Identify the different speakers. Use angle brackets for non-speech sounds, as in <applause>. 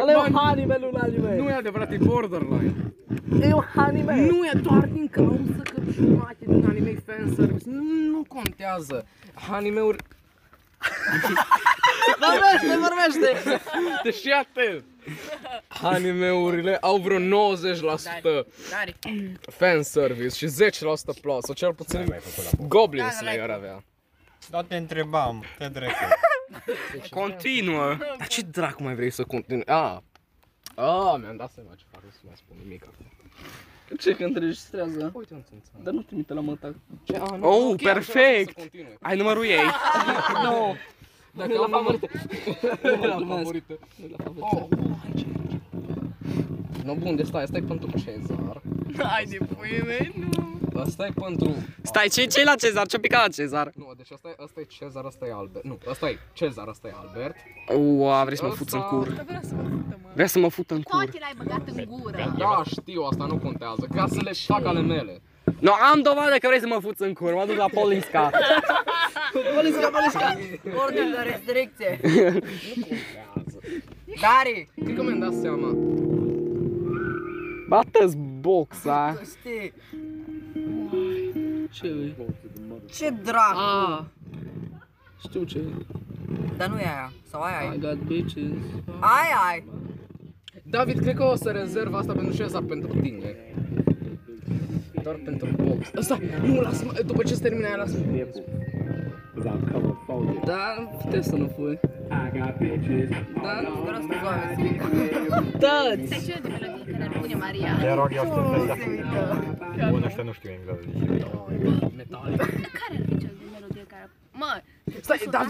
Speaker 1: Ăla e o anime, lui anime.
Speaker 2: Nu e adevărat, e borderline.
Speaker 1: E un anime.
Speaker 2: Nu e doar din cauza că jumate din anime e fanservice. Nu, nu contează. Anime-uri...
Speaker 1: Vorbește, vorbește.
Speaker 2: Deci fii atent! Anime-urile au vreo 90%
Speaker 3: Dari.
Speaker 2: fanservice și 10% plus, sau cel puțin Goblin Slayer avea.
Speaker 4: Dar Da, te întrebam, te dracu.
Speaker 2: Continuă! Dar ce dracu mai vrei să continui? A, a, mi-am dat seama ce fac, nu să mai spun nimic acum.
Speaker 5: Ce că înregistrează?
Speaker 2: Uite, nu ți
Speaker 5: Dar nu trimite la mătac.
Speaker 2: Oh, perfect! Ai numărul ei. nu. Dacă am favorite. <laughs> la favorite. Oh, aici, aici. No, bun, de stai, stai pentru Cezar.
Speaker 3: Hai de puii mei, nu.
Speaker 2: Asta e pentru...
Speaker 6: Stai, ce ce la Cezar? Ce-a picat la Cezar?
Speaker 2: Nu, deci asta e, asta e Cezar, asta e Albert. Nu, asta e Cezar, asta e Albert.
Speaker 6: Ua, vrei să mă fuți în cur?
Speaker 3: Că vreau să mă fută, mă.
Speaker 6: Vrea să mă fut în cur.
Speaker 7: Toate l-ai băgat în gură.
Speaker 2: Da, știu, asta nu contează, ca să le fac ale mele.
Speaker 6: No, am dovadă că vrei să mă fuți în cur. Mă duc la Polinska.
Speaker 1: Poliția, poliția.
Speaker 3: Ordin de restricție. Dari.
Speaker 2: Cred că mi-am dat seama.
Speaker 6: Bată-ți
Speaker 3: <laughs>
Speaker 6: boxa.
Speaker 3: Știi.
Speaker 5: Ce e?
Speaker 3: Ce dracu.
Speaker 5: Ah. Știu ce e.
Speaker 3: Dar nu e aia. Sau aia
Speaker 5: I
Speaker 3: ai.
Speaker 5: got bitches.
Speaker 3: Aia ai.
Speaker 2: David, cred că o să rezerv asta pentru Cezar pentru tine. Doar pentru box. Asta, nu, lasă-mă, după ce se termină aia, lasă-mă.
Speaker 3: Da,
Speaker 5: Dar puteți să nu fui.
Speaker 3: Dar nu vreau să spun oameni.
Speaker 7: Stai și eu de melodie, că ne pune Maria.
Speaker 4: Te rog eu să te Bun, ăștia nu știu engleză.
Speaker 7: Care ar fi cel de melodie care... Mă, da?
Speaker 2: Stai,
Speaker 7: Stai,
Speaker 2: David,